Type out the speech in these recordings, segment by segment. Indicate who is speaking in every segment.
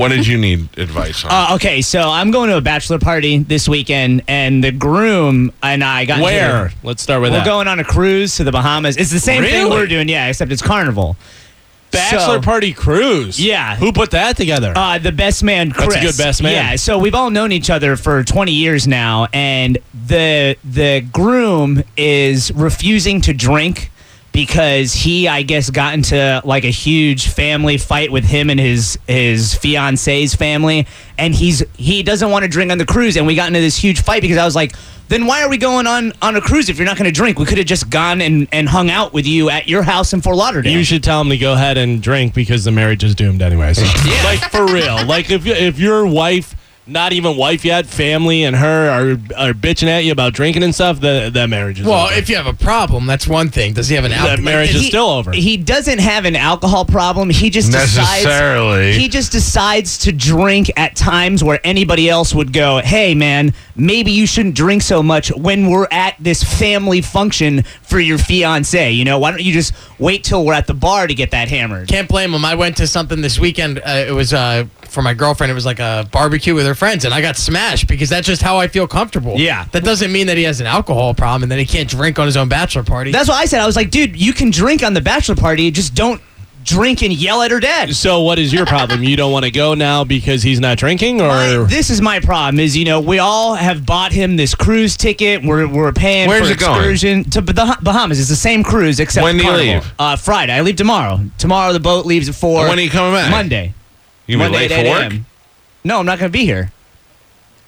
Speaker 1: What did you need advice on?
Speaker 2: Uh, okay, so I'm going to a bachelor party this weekend, and the groom and I got
Speaker 3: Where?
Speaker 2: into-
Speaker 3: oh, Let's start with
Speaker 2: We're
Speaker 3: that.
Speaker 2: going on a cruise to the Bahamas. It's the same thing
Speaker 3: Really?
Speaker 2: we're doing, yeah, except it's carnival.
Speaker 3: Bachelor
Speaker 2: So-
Speaker 3: party cruise.
Speaker 2: Yeah.
Speaker 3: Who put that together?
Speaker 2: Uh, the best man,
Speaker 3: a
Speaker 2: Chris.
Speaker 3: good best man.
Speaker 2: Yeah. So we've all known each other for 20 years now, and the the groom is refusing to drink because he, I guess, got into like a huge family fight with him and his his fiance's family, and he's he doesn't want to drink on the cruise, and we got into this huge fight because I was like. Then why are we going on, on a cruise if you're not going to drink? We could have just gone and, and hung out with you at your house in Fort Lauderdale.
Speaker 3: You should tell him to go ahead and drink because the marriage is doomed anyways. Like for real. Like if if your wife, not even wife yet, family and her are are bitching at you about drinking and stuff, the that marriage is
Speaker 4: Well,
Speaker 3: over.
Speaker 4: if you have a problem, that's one thing. Does he have an
Speaker 3: that
Speaker 4: alcohol?
Speaker 3: marriage is
Speaker 2: He-
Speaker 3: still over.
Speaker 2: He doesn't have an alcohol problem. He just
Speaker 1: Necessarily.
Speaker 2: Decides, he just decides to drink at times where anybody else would go. Hey, man, maybe you shouldn't drink so much when we're at this family function for your fiance. You know, why don't you just wait till we're at the bar to get that hammered?
Speaker 4: Can't blame him. I went to something this weekend. Uh, it was uh, for my girlfriend. It was like a barbecue with her friends, and I got smashed because that's just how I feel comfortable.
Speaker 2: Yeah.
Speaker 4: That doesn't mean that he has an alcohol problem and that he can't drink on his own bachelor party.
Speaker 2: That's what I said. I was like, dude, you can drink on the bachelor party, just don't drink and yell at her dad.
Speaker 3: so what is your problem? You don't want to go now because he's not drinking or
Speaker 2: My- this is my problem is you know we all have bought him this cruise ticket we're, we're paying
Speaker 1: Where's
Speaker 2: for
Speaker 1: it going?
Speaker 2: excursion to the Bahamas it's the same cruise except
Speaker 1: When do you
Speaker 2: Carnival.
Speaker 1: leave?
Speaker 2: Uh, Friday I leave tomorrow tomorrow the boat leaves at four
Speaker 1: And when are you coming back?
Speaker 2: Monday
Speaker 1: you were
Speaker 2: Monday
Speaker 1: late
Speaker 2: at
Speaker 1: for
Speaker 2: 8
Speaker 1: work?
Speaker 2: a.m. no I'm not gonna be here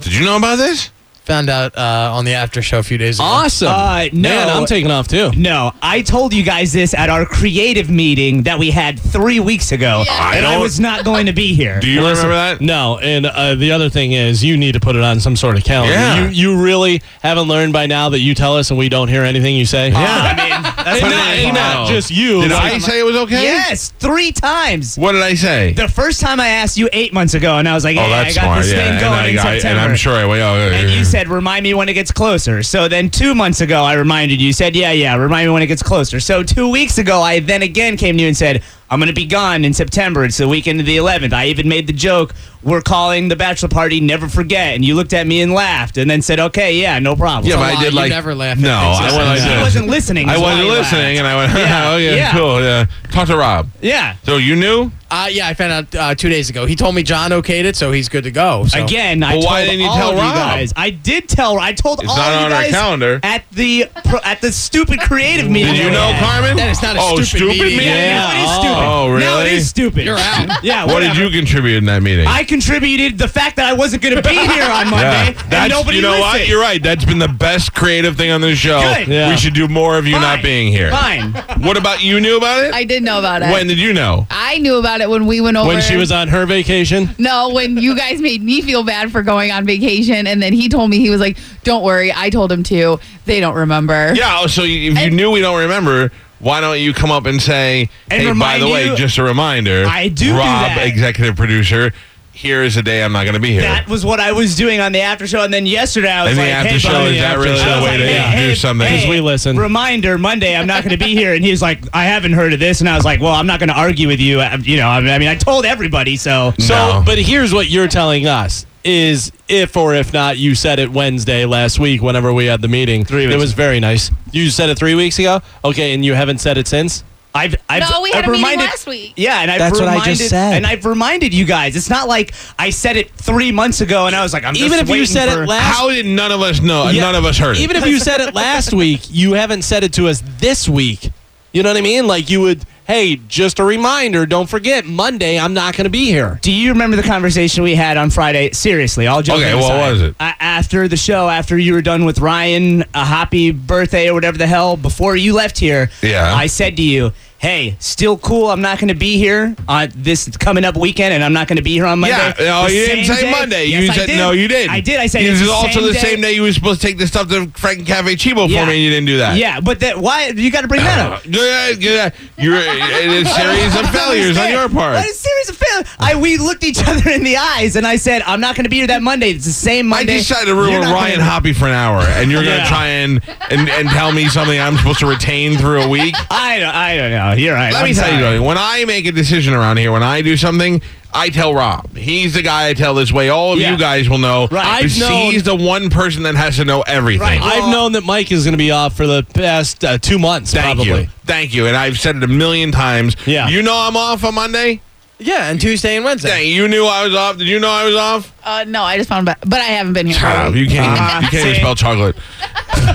Speaker 1: Did you know about this?
Speaker 4: Found out uh, on the after show a few days ago.
Speaker 3: awesome.
Speaker 2: Uh, no.
Speaker 3: Man, I'm taking off too.
Speaker 2: no I told you guys this at our creative meeting that we had three weeks ago
Speaker 1: I
Speaker 2: and I
Speaker 1: don't-
Speaker 2: was not going to be here
Speaker 1: Do you
Speaker 3: Listen,
Speaker 1: remember that?
Speaker 3: No, and uh, the other thing is you need to put it on some sort of calendar.
Speaker 1: Yeah.
Speaker 3: You you really haven't learned by now that you tell us and we don't hear anything you say.
Speaker 2: Uh, I mean that's
Speaker 3: And
Speaker 2: what
Speaker 3: not,
Speaker 2: I-
Speaker 3: and not just you.
Speaker 1: Did
Speaker 3: like-
Speaker 1: I say it was okay?
Speaker 2: yes three times
Speaker 1: What did I say?
Speaker 2: The first time I asked you eight months ago, and I was like, hey,
Speaker 1: oh, that's
Speaker 2: I got
Speaker 1: smart.
Speaker 2: this
Speaker 1: Yeah,
Speaker 2: thing
Speaker 1: and,
Speaker 2: going
Speaker 1: I,
Speaker 2: in
Speaker 1: I,
Speaker 2: September.
Speaker 1: and I'm sure I. Well, uh,
Speaker 2: And you said, remind me when it gets closer. So then two months ago, I reminded you. You said, yeah, yeah, remind me when it gets closer. So two weeks ago, I then again came to you and said, I'm going to be gone in September. It's the weekend of the 11th. I even made the joke, we're calling the bachelor party Never Forget. And you looked at me and laughed and then said, okay, yeah, no problem.
Speaker 1: yeah,
Speaker 4: a
Speaker 1: but I
Speaker 4: lie.
Speaker 1: did
Speaker 4: You
Speaker 1: like
Speaker 4: never laugh at
Speaker 1: No,
Speaker 4: things
Speaker 1: I
Speaker 4: like
Speaker 1: went.
Speaker 4: that.
Speaker 1: like
Speaker 2: He
Speaker 1: this.
Speaker 2: wasn't listening.
Speaker 1: I
Speaker 2: is why
Speaker 1: wasn't
Speaker 2: he laughed.
Speaker 1: listening, and I went,
Speaker 2: Yeah,
Speaker 1: "Oh yeah,
Speaker 2: yeah.
Speaker 1: cool." Yeah. Talk to Rob.
Speaker 2: Yeah.
Speaker 1: So you knew?
Speaker 4: Uh, yeah, I found out uh, two days ago. He told me John okayed it, so he's good to go. So.
Speaker 2: Again, I
Speaker 1: Well,
Speaker 2: told
Speaker 1: why didn't you
Speaker 2: all
Speaker 1: tell
Speaker 2: of
Speaker 1: Rob?
Speaker 2: you guys. I did tell. I told
Speaker 1: It's
Speaker 2: all
Speaker 1: not
Speaker 2: of you
Speaker 1: on our
Speaker 2: guys
Speaker 1: calendar.
Speaker 2: at the pro- at the stupid creative meeting.
Speaker 1: Did you
Speaker 2: we
Speaker 1: know,
Speaker 2: had.
Speaker 1: Carmen?
Speaker 4: That is not a
Speaker 1: oh,
Speaker 4: stupid meeting.
Speaker 1: meeting.
Speaker 2: Yeah, now it is
Speaker 3: Oh.
Speaker 2: stupid.
Speaker 1: Oh,
Speaker 2: Now it
Speaker 1: really?
Speaker 2: is stupid.
Speaker 4: You're out.
Speaker 2: Yeah.
Speaker 1: What did
Speaker 2: whatever.
Speaker 1: you contribute in that meeting?
Speaker 2: I contributed the fact that I wasn't going to be here on Monday,
Speaker 1: That's,
Speaker 2: and nobody
Speaker 1: you know
Speaker 2: listened.
Speaker 1: what? You're right. That's been the best creative thing on this show.
Speaker 2: Good.
Speaker 3: Yeah.
Speaker 1: We should do more of you not
Speaker 2: Fine.
Speaker 1: being here.
Speaker 2: Fine.
Speaker 1: What about you? Knew about it?
Speaker 5: I did know about it.
Speaker 1: when did you know?
Speaker 5: I knew about it when we went over.
Speaker 3: when she was on her vacation.
Speaker 5: No, when you guys made me feel bad for going on vacation, and then he told me he was like, "Don't worry, I told him to. They don't remember."
Speaker 1: Yeah. oh, So you- if you
Speaker 5: And-
Speaker 1: knew we don't remember, why don't you come up and say,
Speaker 2: And
Speaker 1: "Hey, by
Speaker 2: remind
Speaker 1: the way,
Speaker 2: you-
Speaker 1: just a reminder.
Speaker 2: I do do
Speaker 1: Rob,
Speaker 2: that.
Speaker 1: executive producer. Here is a day I'm not going to be here.
Speaker 2: That was what I was doing on the after show, and then yesterday I was
Speaker 1: and the
Speaker 2: like,
Speaker 1: after
Speaker 2: "Hey,
Speaker 1: show
Speaker 2: buddy, uh,
Speaker 1: is that
Speaker 3: after
Speaker 1: really
Speaker 3: show.
Speaker 1: the way to
Speaker 3: Hey,
Speaker 1: introduce
Speaker 2: hey,
Speaker 1: something?
Speaker 2: hey,
Speaker 3: we listen.
Speaker 2: Reminder Monday, I'm not going to be here. And he was like, I haven't heard of this. And I was like, well, I'm not going to argue with you. I, you know, I mean, I mean, I told everybody. So
Speaker 3: So,
Speaker 1: No.
Speaker 3: but here's what you're telling us is if or if not you said it Wednesday last week whenever we had the meeting. Three
Speaker 2: weeks.
Speaker 3: It was very nice. You said it three weeks ago. Okay, and you haven't said it since.
Speaker 2: I've, I've,
Speaker 5: No, we
Speaker 2: I've
Speaker 5: had a meeting
Speaker 2: reminded,
Speaker 5: last week.
Speaker 2: Yeah, and I've
Speaker 3: That's what I
Speaker 2: reminded,
Speaker 3: just said.
Speaker 2: and I've reminded you guys. It's not like I said it three months ago, and I was like, I'm just
Speaker 3: Even if you
Speaker 2: waiting
Speaker 3: said it
Speaker 2: for-
Speaker 3: last
Speaker 1: How did none of us know?
Speaker 3: Yeah.
Speaker 1: None of us heard it.
Speaker 3: Even if you said it last week, you haven't said it to us this week. You know what I mean? Like you would, hey, just a reminder, don't forget Monday I'm not going to be here.
Speaker 2: Do you remember the conversation we had on Friday? Seriously, all joking
Speaker 1: Okay, what
Speaker 2: aside.
Speaker 1: was it?
Speaker 2: A- after the show, after you were done with Ryan, a happy birthday or whatever the hell, before you left here,
Speaker 1: Yeah.
Speaker 2: I said to you, "Hey, still cool. I'm not going to be here on this coming up weekend, and I'm not going to be here on Monday."
Speaker 1: Yeah, no,
Speaker 2: The
Speaker 1: you didn't
Speaker 2: same
Speaker 1: say
Speaker 2: day-
Speaker 1: Monday.
Speaker 2: Yes,
Speaker 1: you
Speaker 2: I
Speaker 1: said
Speaker 2: did.
Speaker 1: no, you did.
Speaker 2: I did. I said
Speaker 1: This
Speaker 2: it's
Speaker 1: is
Speaker 2: the
Speaker 1: also
Speaker 2: same
Speaker 1: the
Speaker 2: day.
Speaker 1: same day you were supposed to take the stuff to Frank and Cafe Chibo
Speaker 2: Yeah.
Speaker 1: for me, and you didn't do that.
Speaker 2: Yeah, but that why you got to bring that up?
Speaker 1: Yeah, yeah, You're it is a series of failures on your part.
Speaker 2: What a series of failures. I we looked each other in the eyes and I said, I'm not gonna be here that Monday. It's the same
Speaker 1: I
Speaker 2: Monday.
Speaker 1: decided to
Speaker 2: You're
Speaker 1: ruin
Speaker 2: not
Speaker 1: Ryan
Speaker 2: gonna-
Speaker 1: Hoppy for an hour, and you're going to
Speaker 2: Yeah.
Speaker 1: try and, and and tell me something I'm supposed to retain through a week.
Speaker 2: I don't, I don't know. no, you're right.
Speaker 1: Let
Speaker 2: I'm
Speaker 1: me tell you,
Speaker 2: sorry.
Speaker 1: something. when I make a decision around here, when I do something, I tell Rob. He's the guy I tell this way. All of
Speaker 3: Yeah.
Speaker 1: you guys will know.
Speaker 3: Right.
Speaker 1: because
Speaker 3: I've known-
Speaker 1: he's the one person that has to know everything.
Speaker 2: Right.
Speaker 3: I've known that Mike is going to be off for the past uh, two months,
Speaker 1: Thank
Speaker 3: probably.
Speaker 1: you. Thank you. And I've said it a million times.
Speaker 3: Yeah.
Speaker 1: You know I'm off on Monday?
Speaker 4: Yeah, and Tuesday and Wednesday.
Speaker 1: Dang, you knew I was off. Did you know I was off?
Speaker 5: Uh, no, I just found back, but I haven't been here. for a
Speaker 1: Ah,
Speaker 5: week.
Speaker 1: you can't,
Speaker 2: Ah,
Speaker 1: even, you can't even
Speaker 2: see?
Speaker 1: spell chocolate.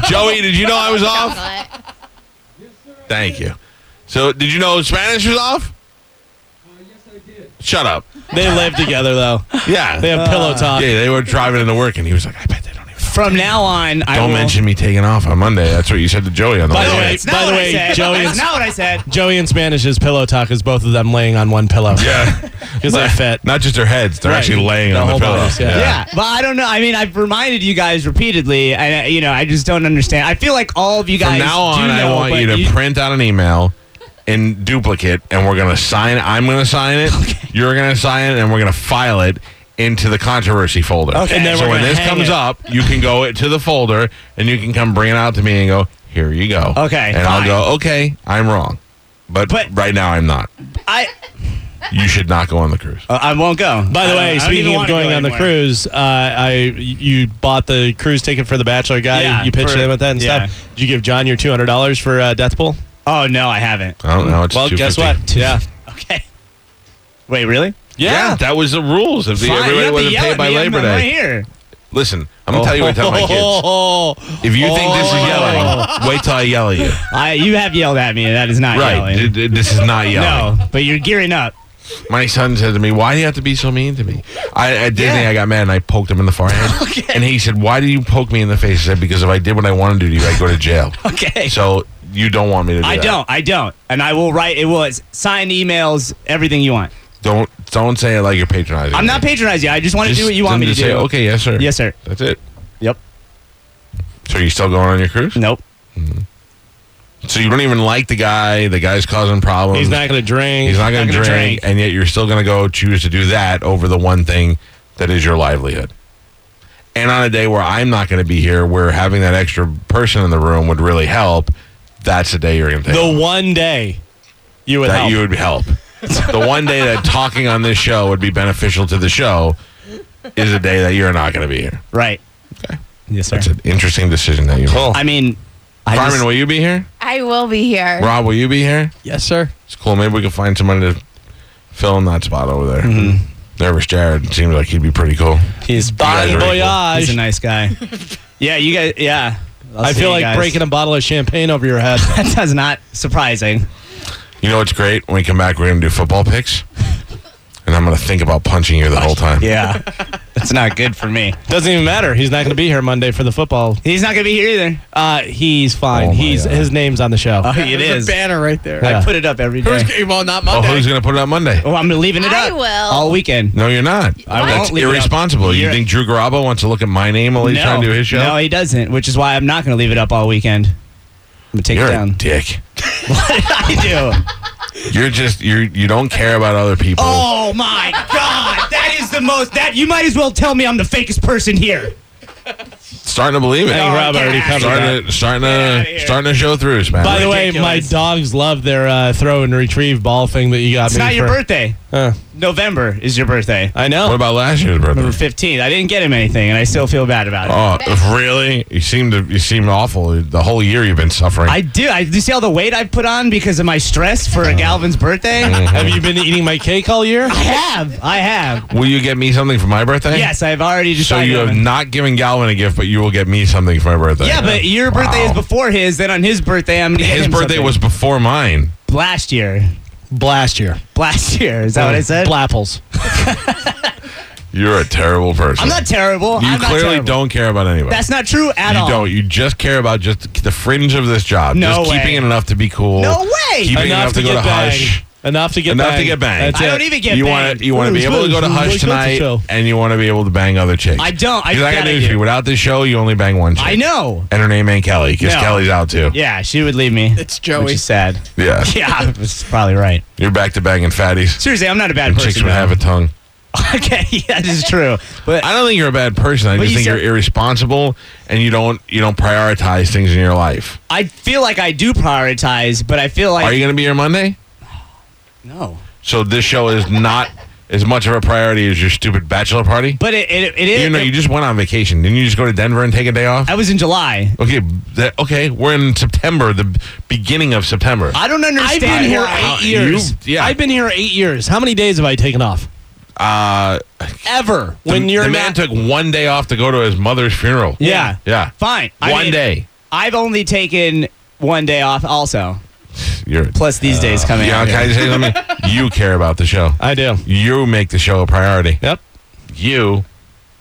Speaker 1: Joey, did you know I was off? Thank you. So, did you know Spanish was off? Shut up.
Speaker 3: They live together, though.
Speaker 1: Yeah.
Speaker 3: They have pillow
Speaker 4: Uh,
Speaker 3: talk.
Speaker 1: yeah, they were driving into work, and he was like, I bet they don't even.
Speaker 2: From now on, I
Speaker 1: Don't
Speaker 2: will-
Speaker 1: mention me taking off on Monday. That's what you said to Joey on the
Speaker 3: By the
Speaker 1: way.
Speaker 3: way,
Speaker 1: in.
Speaker 2: That's not
Speaker 3: by the
Speaker 2: what I
Speaker 3: way,
Speaker 2: said.
Speaker 3: Joey
Speaker 2: That's
Speaker 3: is-
Speaker 2: not what I said.
Speaker 3: Joey and Spanish's pillow talk is both of them laying on one pillow
Speaker 1: Yeah.
Speaker 3: because they're fit.
Speaker 1: Not just their heads; they're
Speaker 3: Right.
Speaker 1: actually laying
Speaker 3: Their
Speaker 1: on the
Speaker 3: whole
Speaker 1: pillow.
Speaker 3: bodies, yeah.
Speaker 2: Yeah, but I don't know. I mean, I've reminded you guys repeatedly, and uh, you know, I just don't understand. I feel like all of you
Speaker 1: From
Speaker 2: guys.
Speaker 1: now
Speaker 2: do
Speaker 1: on, I
Speaker 2: know,
Speaker 1: want
Speaker 2: but
Speaker 1: you to print out an email in duplicate, and we're gonna sign. I'm gonna sign it. You're gonna sign it, and we're gonna file it into the controversy folder.
Speaker 3: Okay. And then
Speaker 1: so
Speaker 3: we're
Speaker 1: when
Speaker 3: gonna
Speaker 1: this
Speaker 3: hang
Speaker 1: comes
Speaker 3: it.
Speaker 1: up, you can go to the folder, and you can come bring it out to me and go, "Here you go."
Speaker 2: Okay,
Speaker 1: And I'll
Speaker 2: fine.
Speaker 1: go, "Okay, I'm wrong," but,
Speaker 2: But-
Speaker 1: right now I'm not.
Speaker 2: I
Speaker 1: You should not go on the cruise.
Speaker 2: uh, I won't go.
Speaker 3: By
Speaker 2: I don't- I
Speaker 3: the way,
Speaker 2: don't even
Speaker 3: speaking of
Speaker 2: wanna go
Speaker 3: going on the
Speaker 2: anywhere.
Speaker 3: cruise, uh, I you bought the cruise ticket for the Bachelor guy.
Speaker 2: Yeah,
Speaker 3: you pitched
Speaker 2: for-
Speaker 3: him at that and
Speaker 2: yeah.
Speaker 3: stuff. Did you give John your two hundred dollars for uh, Death Pool?
Speaker 2: Oh no, I haven't.
Speaker 1: I don't know. It's
Speaker 3: well, guess
Speaker 1: 250.
Speaker 3: what? Yeah,
Speaker 2: Okay. Wait, really?
Speaker 1: Yeah. that was the rules. If the,
Speaker 2: Fine, you
Speaker 1: everybody
Speaker 2: have to
Speaker 1: wasn't
Speaker 2: yell
Speaker 1: paid
Speaker 2: at
Speaker 1: by
Speaker 2: me, I'm-
Speaker 1: Labor
Speaker 2: I'm
Speaker 1: Day,
Speaker 2: Right here.
Speaker 1: listen, I'm gonna tell you what I tell my
Speaker 3: Oh.
Speaker 1: kids.
Speaker 3: kids.
Speaker 1: If you think this is
Speaker 2: Oh.
Speaker 1: yelling, wait till I yell at you.
Speaker 2: I, you have yelled at me. and That is not
Speaker 1: Right.
Speaker 2: yelling.
Speaker 1: D- d- This is not yelling.
Speaker 2: No, but you're gearing up.
Speaker 1: My son said to me, Why do you have to be so mean to me? I, at Disney,
Speaker 2: Yeah.
Speaker 1: I got mad and I poked him in the forehead. And he said, Why do you poke me in the face? I said, Because if I did what I want to do to you, I'd go to jail.
Speaker 2: Okay.
Speaker 1: So you don't want me to do
Speaker 2: I
Speaker 1: that.
Speaker 2: don't. I don't. And I will write. It was sign emails, everything you want.
Speaker 1: Don't, don't say it like you're patronizing.
Speaker 2: I'm not
Speaker 1: me.
Speaker 2: patronizing you. I just want to
Speaker 1: Just
Speaker 2: do what you want
Speaker 1: then
Speaker 2: me to
Speaker 1: just say,
Speaker 2: do.
Speaker 1: Okay, yes, sir.
Speaker 2: Yes, sir.
Speaker 1: That's it.
Speaker 2: Yep.
Speaker 1: So you still going on your cruise?
Speaker 2: Nope.
Speaker 1: So you don't even like the guy. The guy's causing problems.
Speaker 3: He's not going to drink.
Speaker 1: He's not going to
Speaker 2: gonna
Speaker 1: drink,
Speaker 2: drink.
Speaker 1: and yet you're still going to go choose to do that over the one thing that is your livelihood. And on a day where I'm not going to be here, where having that extra person in the room would really help, that's the day you're going to take
Speaker 3: The one day you would
Speaker 1: that
Speaker 3: help.
Speaker 1: you would help. the one day that talking on this show would be beneficial to the show is a day that you're not going to be here.
Speaker 2: Right. Okay. Yes, sir.
Speaker 1: It's an interesting decision that you. Cool.
Speaker 2: I mean, I
Speaker 1: Carmen,
Speaker 2: just-
Speaker 1: will you be here?
Speaker 5: I will be here.
Speaker 1: Rob, will you be here?
Speaker 4: Yes, sir.
Speaker 1: It's cool. Maybe we can find somebody to fill in that spot over there. Nervous Jared seems like he'd be pretty cool.
Speaker 3: He's bon
Speaker 1: guys are equal.
Speaker 2: he's a
Speaker 3: voyage.
Speaker 2: nice guy. Uh, yeah, you guys. Yeah. I'll
Speaker 3: I
Speaker 2: see
Speaker 3: feel
Speaker 2: you
Speaker 3: like
Speaker 2: guys.
Speaker 3: breaking a bottle of champagne over your head.
Speaker 2: That does not surprising.
Speaker 1: You know what's great? When we come back, we're going to do football picks. And I'm going to think about punching you the whole time.
Speaker 2: Yeah. That's not good for me.
Speaker 3: Doesn't even matter. He's not going to be here Monday for the football.
Speaker 2: He's not gonna be here either.
Speaker 3: Uh, he's fine.
Speaker 1: Oh, my
Speaker 3: he's
Speaker 1: God.
Speaker 3: his name's on the show.
Speaker 2: Oh, it
Speaker 4: There's
Speaker 2: is.
Speaker 4: a banner right there.
Speaker 3: Yeah.
Speaker 2: I put it up every day.
Speaker 4: Who's- well, not
Speaker 1: Oh,
Speaker 4: Monday.
Speaker 1: who's going to put it on Monday?
Speaker 2: Oh, I'm leaving it
Speaker 5: I
Speaker 2: up
Speaker 5: will.
Speaker 2: all weekend.
Speaker 1: No, you're not.
Speaker 2: I won't
Speaker 1: That's
Speaker 2: leave it up.
Speaker 1: irresponsible. You
Speaker 2: You're-
Speaker 1: think Drew Garabo wants to look at my name while he's
Speaker 2: no,
Speaker 1: trying to do his show?
Speaker 2: no, he doesn't. Which is why I'm not gonna leave it up all weekend. I'm gonna take
Speaker 1: you're
Speaker 2: it
Speaker 1: a
Speaker 2: down.
Speaker 1: dick.
Speaker 2: I do.
Speaker 1: You're just you. You don't care about other people.
Speaker 2: Oh my god, that is the most. That you might as well tell me I'm the fakest person here.
Speaker 1: Starting to believe it.
Speaker 3: I think Rob
Speaker 2: get
Speaker 3: already
Speaker 2: out.
Speaker 3: covered that.
Speaker 1: starting to starting
Speaker 2: Oh, outta
Speaker 1: to
Speaker 2: here.
Speaker 1: starting to show through, man.
Speaker 3: By the way, my
Speaker 2: Ridiculous.
Speaker 3: dogs love their uh, throw and retrieve ball thing that you got
Speaker 2: It's
Speaker 3: me.
Speaker 2: not your
Speaker 3: for-
Speaker 2: birthday.
Speaker 3: Uh,
Speaker 2: November is your birthday.
Speaker 3: I
Speaker 1: what
Speaker 3: know.
Speaker 1: about last year's birthday?
Speaker 2: November 15th. I didn't get him anything, and I still feel bad about it.
Speaker 1: Oh, really? You seem to you seem awful. The whole year you've been suffering.
Speaker 2: I do. I do you see all the weight I've put on because of my stress for Galvin's birthday.
Speaker 1: Mm.
Speaker 3: Have you been eating my cake all year?
Speaker 2: I have. I have.
Speaker 1: will you get me something for my birthday?
Speaker 2: Yes, I've already
Speaker 1: So
Speaker 2: decided.
Speaker 1: you have
Speaker 2: on it.
Speaker 1: not given Galvin a gift, but you will get me something for my birthday.
Speaker 2: yeah, but your birthday
Speaker 1: Wow.
Speaker 2: is before his. Then on his birthday, I'm gonna get
Speaker 1: His
Speaker 2: him
Speaker 1: birthday
Speaker 2: something.
Speaker 1: was before mine.
Speaker 2: last year.
Speaker 3: Blast year.
Speaker 2: Last year is that
Speaker 1: Mm.
Speaker 2: what I said?
Speaker 3: Blapples.
Speaker 1: You're a terrible person.
Speaker 2: I'm not terrible.
Speaker 1: You
Speaker 2: I'm not
Speaker 1: clearly
Speaker 2: terrible.
Speaker 1: don't care about anybody.
Speaker 2: That's not true at
Speaker 1: you
Speaker 2: all.
Speaker 1: don't. You just care about just the fringe of this job.
Speaker 2: No
Speaker 1: just
Speaker 2: way.
Speaker 1: keeping it enough to be cool.
Speaker 2: No way.
Speaker 1: Keeping it enough to, go to
Speaker 3: get
Speaker 1: Hush.
Speaker 3: banged. Enough to get
Speaker 1: Enough
Speaker 3: banged.
Speaker 1: to get banged.
Speaker 3: That's
Speaker 2: I
Speaker 3: it.
Speaker 2: don't even get
Speaker 1: You
Speaker 2: banged.
Speaker 1: want to you want to be able to go to Hush tonight, and you want to be able to bang other chicks.
Speaker 2: I don't. I
Speaker 1: Because I got
Speaker 2: gotta
Speaker 1: news for
Speaker 2: do.
Speaker 1: you. Without this show, you only bang one chick.
Speaker 2: I know.
Speaker 1: And her name ain't Kelly, because
Speaker 2: No.
Speaker 1: Kelly's out too.
Speaker 2: Yeah, she would leave me.
Speaker 4: It's Joey.
Speaker 2: Which is sad.
Speaker 1: Yeah.
Speaker 2: Yeah, that's probably right.
Speaker 1: You're back to banging fatties.
Speaker 2: Seriously, I'm not a bad
Speaker 1: And
Speaker 2: person.
Speaker 1: chicks would
Speaker 2: though.
Speaker 1: have a tongue.
Speaker 2: okay, that is true. But
Speaker 1: I don't think you're a bad person. I
Speaker 2: But
Speaker 1: just
Speaker 2: you
Speaker 1: think
Speaker 2: said-
Speaker 1: you're irresponsible and you don't you don't prioritize things in your life.
Speaker 2: I feel like I do prioritize, but I feel like
Speaker 1: Are you going to be here Monday?
Speaker 2: no.
Speaker 1: So this show is not as much of a priority as your stupid bachelor party.
Speaker 2: But it it, it is.
Speaker 1: You know, you just went on vacation. Didn't you just go to Denver and take a day off?
Speaker 2: I was in July.
Speaker 1: Okay, that, okay, we're in September, the beginning of September.
Speaker 2: I don't
Speaker 3: I've
Speaker 2: understand.
Speaker 3: been here
Speaker 2: why-
Speaker 1: Wow.
Speaker 3: eight years.
Speaker 1: You- yeah.
Speaker 3: I've been here eight years. How many days have I taken off?
Speaker 1: Uh,
Speaker 3: Ever?
Speaker 1: the,
Speaker 3: when you're
Speaker 1: the man
Speaker 3: not-
Speaker 1: took one day off to go to his mother's funeral.
Speaker 2: Yeah.
Speaker 1: yeah,
Speaker 2: Fine. I
Speaker 1: One
Speaker 2: mean,
Speaker 1: day.
Speaker 2: I've only taken one day off. Also,
Speaker 1: You're
Speaker 2: plus these days coming
Speaker 1: Uh, Yeah,
Speaker 2: up.
Speaker 1: can I say something? you care about the show.
Speaker 3: I do.
Speaker 1: You make the show a priority.
Speaker 3: Yep.
Speaker 1: You.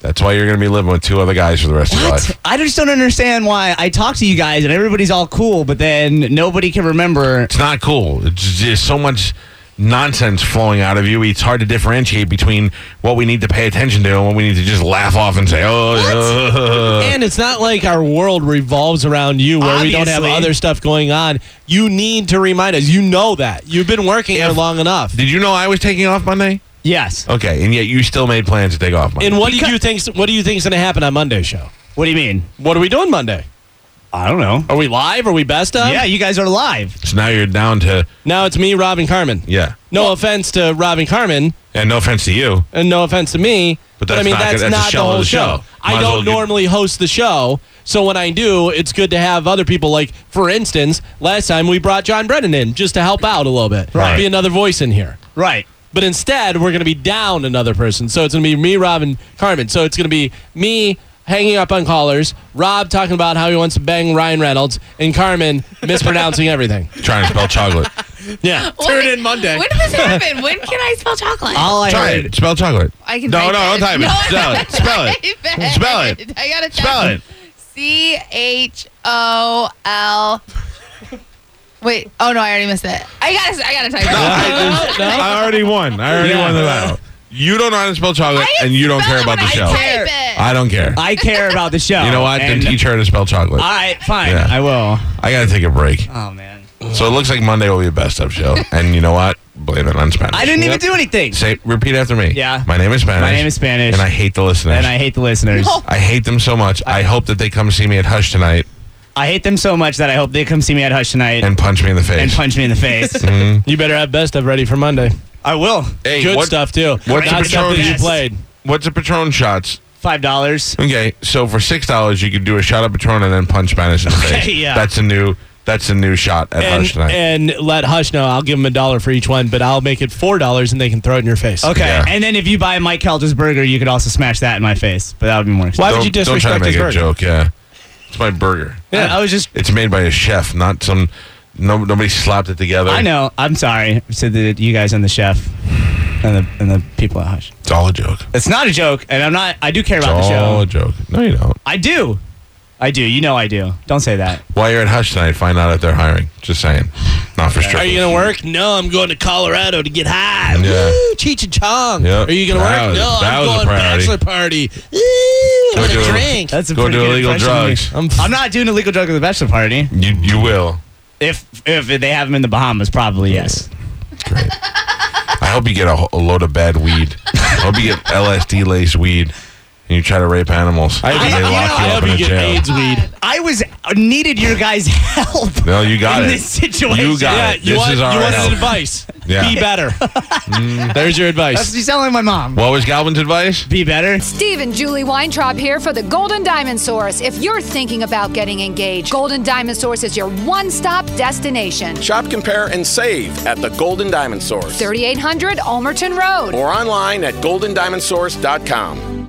Speaker 1: That's why you're going to be living with two other guys for the rest of your
Speaker 2: What?
Speaker 1: life.
Speaker 2: I just don't understand why I talk to you guys and everybody's all cool, but then nobody can remember.
Speaker 1: It's not cool. It's just so much nonsense flowing out of you. It's hard to differentiate between what we need to pay attention to and what we need to just laugh off and say, oh,
Speaker 3: and it's not like our world revolves around you where we don't have
Speaker 2: Obviously.
Speaker 3: other stuff going on. You need to remind us. You know that. You've been working here
Speaker 1: If-
Speaker 3: long enough.
Speaker 1: Did you know I was taking off Monday?
Speaker 2: Yes.
Speaker 1: Okay, and yet you still made plans to take off Monday.
Speaker 3: And what do you think? What do you think's going to happen on Monday's show?
Speaker 2: What do you mean?
Speaker 3: What are we doing Monday?
Speaker 2: I don't know.
Speaker 3: Are we live? Are we best of?
Speaker 2: yeah, you guys are live.
Speaker 1: so now you're down to,
Speaker 3: Now it's me, Robin Carmen.
Speaker 1: yeah.
Speaker 3: No offense to Robin Carmen,
Speaker 1: And no offense to you.
Speaker 3: and no offense to me,
Speaker 1: But
Speaker 3: but,
Speaker 1: that's
Speaker 3: I mean
Speaker 1: not
Speaker 3: that's
Speaker 1: good- that's a
Speaker 3: not the
Speaker 1: shell of
Speaker 3: whole
Speaker 1: the
Speaker 3: show.
Speaker 1: show. Might
Speaker 3: I
Speaker 1: as well
Speaker 3: don't
Speaker 1: get-
Speaker 3: normally host the show, so when I do, it's good to have other people. Like for instance, last time we brought John Brennan in just to help out a little bit,
Speaker 1: Right.
Speaker 3: be another voice in here.
Speaker 2: Right.
Speaker 3: But instead, we're going to be down another person. So it's going to be me, Rob, and Carmen. So it's going to be me hanging up on callers, Rob talking about how he wants to bang Ryan Reynolds, and Carmen mispronouncing everything.
Speaker 1: Trying to spell chocolate.
Speaker 3: Yeah.
Speaker 4: Tune in Monday.
Speaker 5: When did this happen? when can I spell chocolate?
Speaker 2: All I
Speaker 1: Try
Speaker 2: heard.
Speaker 1: it. Spell chocolate.
Speaker 5: I can
Speaker 1: No,
Speaker 5: type
Speaker 1: no, don't
Speaker 5: it.
Speaker 1: type it.
Speaker 5: No,
Speaker 1: Spell
Speaker 5: I
Speaker 1: it. Spell it.
Speaker 5: type
Speaker 1: Spell
Speaker 5: it.
Speaker 1: it.
Speaker 5: I gotta
Speaker 1: Spell it.
Speaker 5: C H O L. Wait. Oh no, I already missed it. I gotta. I gotta type it. Oh,
Speaker 3: No?
Speaker 1: I already won. I already
Speaker 3: Yeah.
Speaker 1: won the battle. You don't know how to spell chocolate,
Speaker 5: I can
Speaker 1: and you don't
Speaker 5: spell
Speaker 1: care
Speaker 5: it
Speaker 1: about
Speaker 5: when
Speaker 1: the
Speaker 5: I
Speaker 1: show.
Speaker 5: type it.
Speaker 1: I don't care.
Speaker 2: I care about the show.
Speaker 1: you know what? Then
Speaker 2: and-
Speaker 1: teach her to spell chocolate.
Speaker 2: All right, fine.
Speaker 1: Yeah.
Speaker 2: I will.
Speaker 1: I got to take a break.
Speaker 2: Oh man,
Speaker 1: So it looks like Monday will be a best of show. And you know what? Blame it on Spanish.
Speaker 2: I didn't even do anything,
Speaker 1: Say, repeat after me.
Speaker 2: Yeah.
Speaker 1: My name is Spanish.
Speaker 2: My name is Spanish.
Speaker 1: And I hate the listeners.
Speaker 2: and I hate the listeners.
Speaker 5: No.
Speaker 1: I hate them so much. I hope that they come see me at Hush tonight
Speaker 2: I hate them so much that I hope they come see me at Hush tonight and,
Speaker 1: and punch me in the face. Mm-hmm.
Speaker 2: punch me in the face.
Speaker 3: You better have best of ready for Monday.
Speaker 2: I will.
Speaker 1: Hey,
Speaker 3: Good
Speaker 1: what-
Speaker 3: stuff too.
Speaker 1: the
Speaker 3: Not stuff that
Speaker 1: Patronus?
Speaker 3: you played.
Speaker 1: What's a Patron shots?
Speaker 2: Five dollars.
Speaker 1: Okay, so for six dollars, you could do a shot of Patron and then punch Spanish in the
Speaker 2: Okay,
Speaker 1: face.
Speaker 2: yeah.
Speaker 1: That's a new. That's a new shot at Hush
Speaker 3: And,
Speaker 1: tonight.
Speaker 3: and let Hush know. I'll give him a dollar for each one, but I'll make it four dollars, and they can throw it in your face.
Speaker 2: Okay,
Speaker 1: Yeah.
Speaker 2: and then if you buy Mike Kelter's burger, you could also smash that in my face, but that would be more.
Speaker 3: Why would
Speaker 1: Don't-
Speaker 3: you disrespect
Speaker 1: Don't
Speaker 3: his
Speaker 1: try to
Speaker 3: burger?
Speaker 1: make a joke. Yeah, it's my burger.
Speaker 2: Yeah, I, I was just.
Speaker 1: It's made by a chef, not some. No, nobody slapped it together.
Speaker 2: I know. I'm sorry to the you guys and the chef and the and the people at Hush.
Speaker 1: It's all a joke.
Speaker 2: It's not a joke, and I'm not. I do care
Speaker 1: It's
Speaker 2: about the
Speaker 1: all
Speaker 2: show.
Speaker 1: a joke. No, you don't.
Speaker 2: I do. I do. You know I do. Don't say that.
Speaker 1: While you're at Hush tonight, find out if they're hiring. Just saying. Not for sure.
Speaker 3: Are you gonna work? No, I'm going to Colorado to get high.
Speaker 1: Yeah.
Speaker 3: Woo, Cheech and Chong.
Speaker 1: Yep.
Speaker 3: Are you gonna
Speaker 1: That
Speaker 3: work?
Speaker 1: was-
Speaker 3: no,
Speaker 1: that
Speaker 3: I'm
Speaker 1: was a
Speaker 3: going
Speaker 1: priority.
Speaker 3: bachelor party. Ooh,
Speaker 1: Go
Speaker 3: I'm
Speaker 1: do
Speaker 3: gonna
Speaker 1: it.
Speaker 3: drink.
Speaker 2: That's a
Speaker 1: Go
Speaker 2: pretty
Speaker 1: do
Speaker 2: good
Speaker 1: illegal
Speaker 2: impression of me.
Speaker 1: drugs.
Speaker 2: I'm, f- I'm not doing illegal drugs at the bachelor party.
Speaker 1: You you will.
Speaker 2: If if they have them in the Bahamas, probably yes.
Speaker 1: Great. I hope you get a, a load of bad weed. I hope you get LSD laced weed, and you try to rape animals. I
Speaker 2: hope
Speaker 1: they
Speaker 2: you-
Speaker 1: lock
Speaker 2: I
Speaker 1: you up
Speaker 3: hope
Speaker 1: in
Speaker 3: you
Speaker 1: a
Speaker 3: get
Speaker 1: jail.
Speaker 3: AIDS weed.
Speaker 2: I was uh, needed your guys' help
Speaker 1: No, you got
Speaker 2: in
Speaker 1: it.
Speaker 2: this situation.
Speaker 1: You got
Speaker 3: Yeah,
Speaker 1: it.
Speaker 3: you
Speaker 1: This
Speaker 3: want,
Speaker 1: is
Speaker 3: you
Speaker 1: our
Speaker 3: wanted
Speaker 1: help.
Speaker 3: advice.
Speaker 1: Yeah.
Speaker 3: Be better. There's your
Speaker 2: That's,
Speaker 3: advice.
Speaker 2: you sound like my mom.
Speaker 1: What was Galvin's advice?
Speaker 2: Be better.
Speaker 6: Steve and Julie Weintraub here for the Golden Diamond Source. If you're thinking about getting engaged, Golden Diamond Source is your one stop destination.
Speaker 7: Shop, compare, and save at the Golden Diamond Source
Speaker 6: 3800 Olmerton Road.
Speaker 7: or online at goldendiamondsource.com.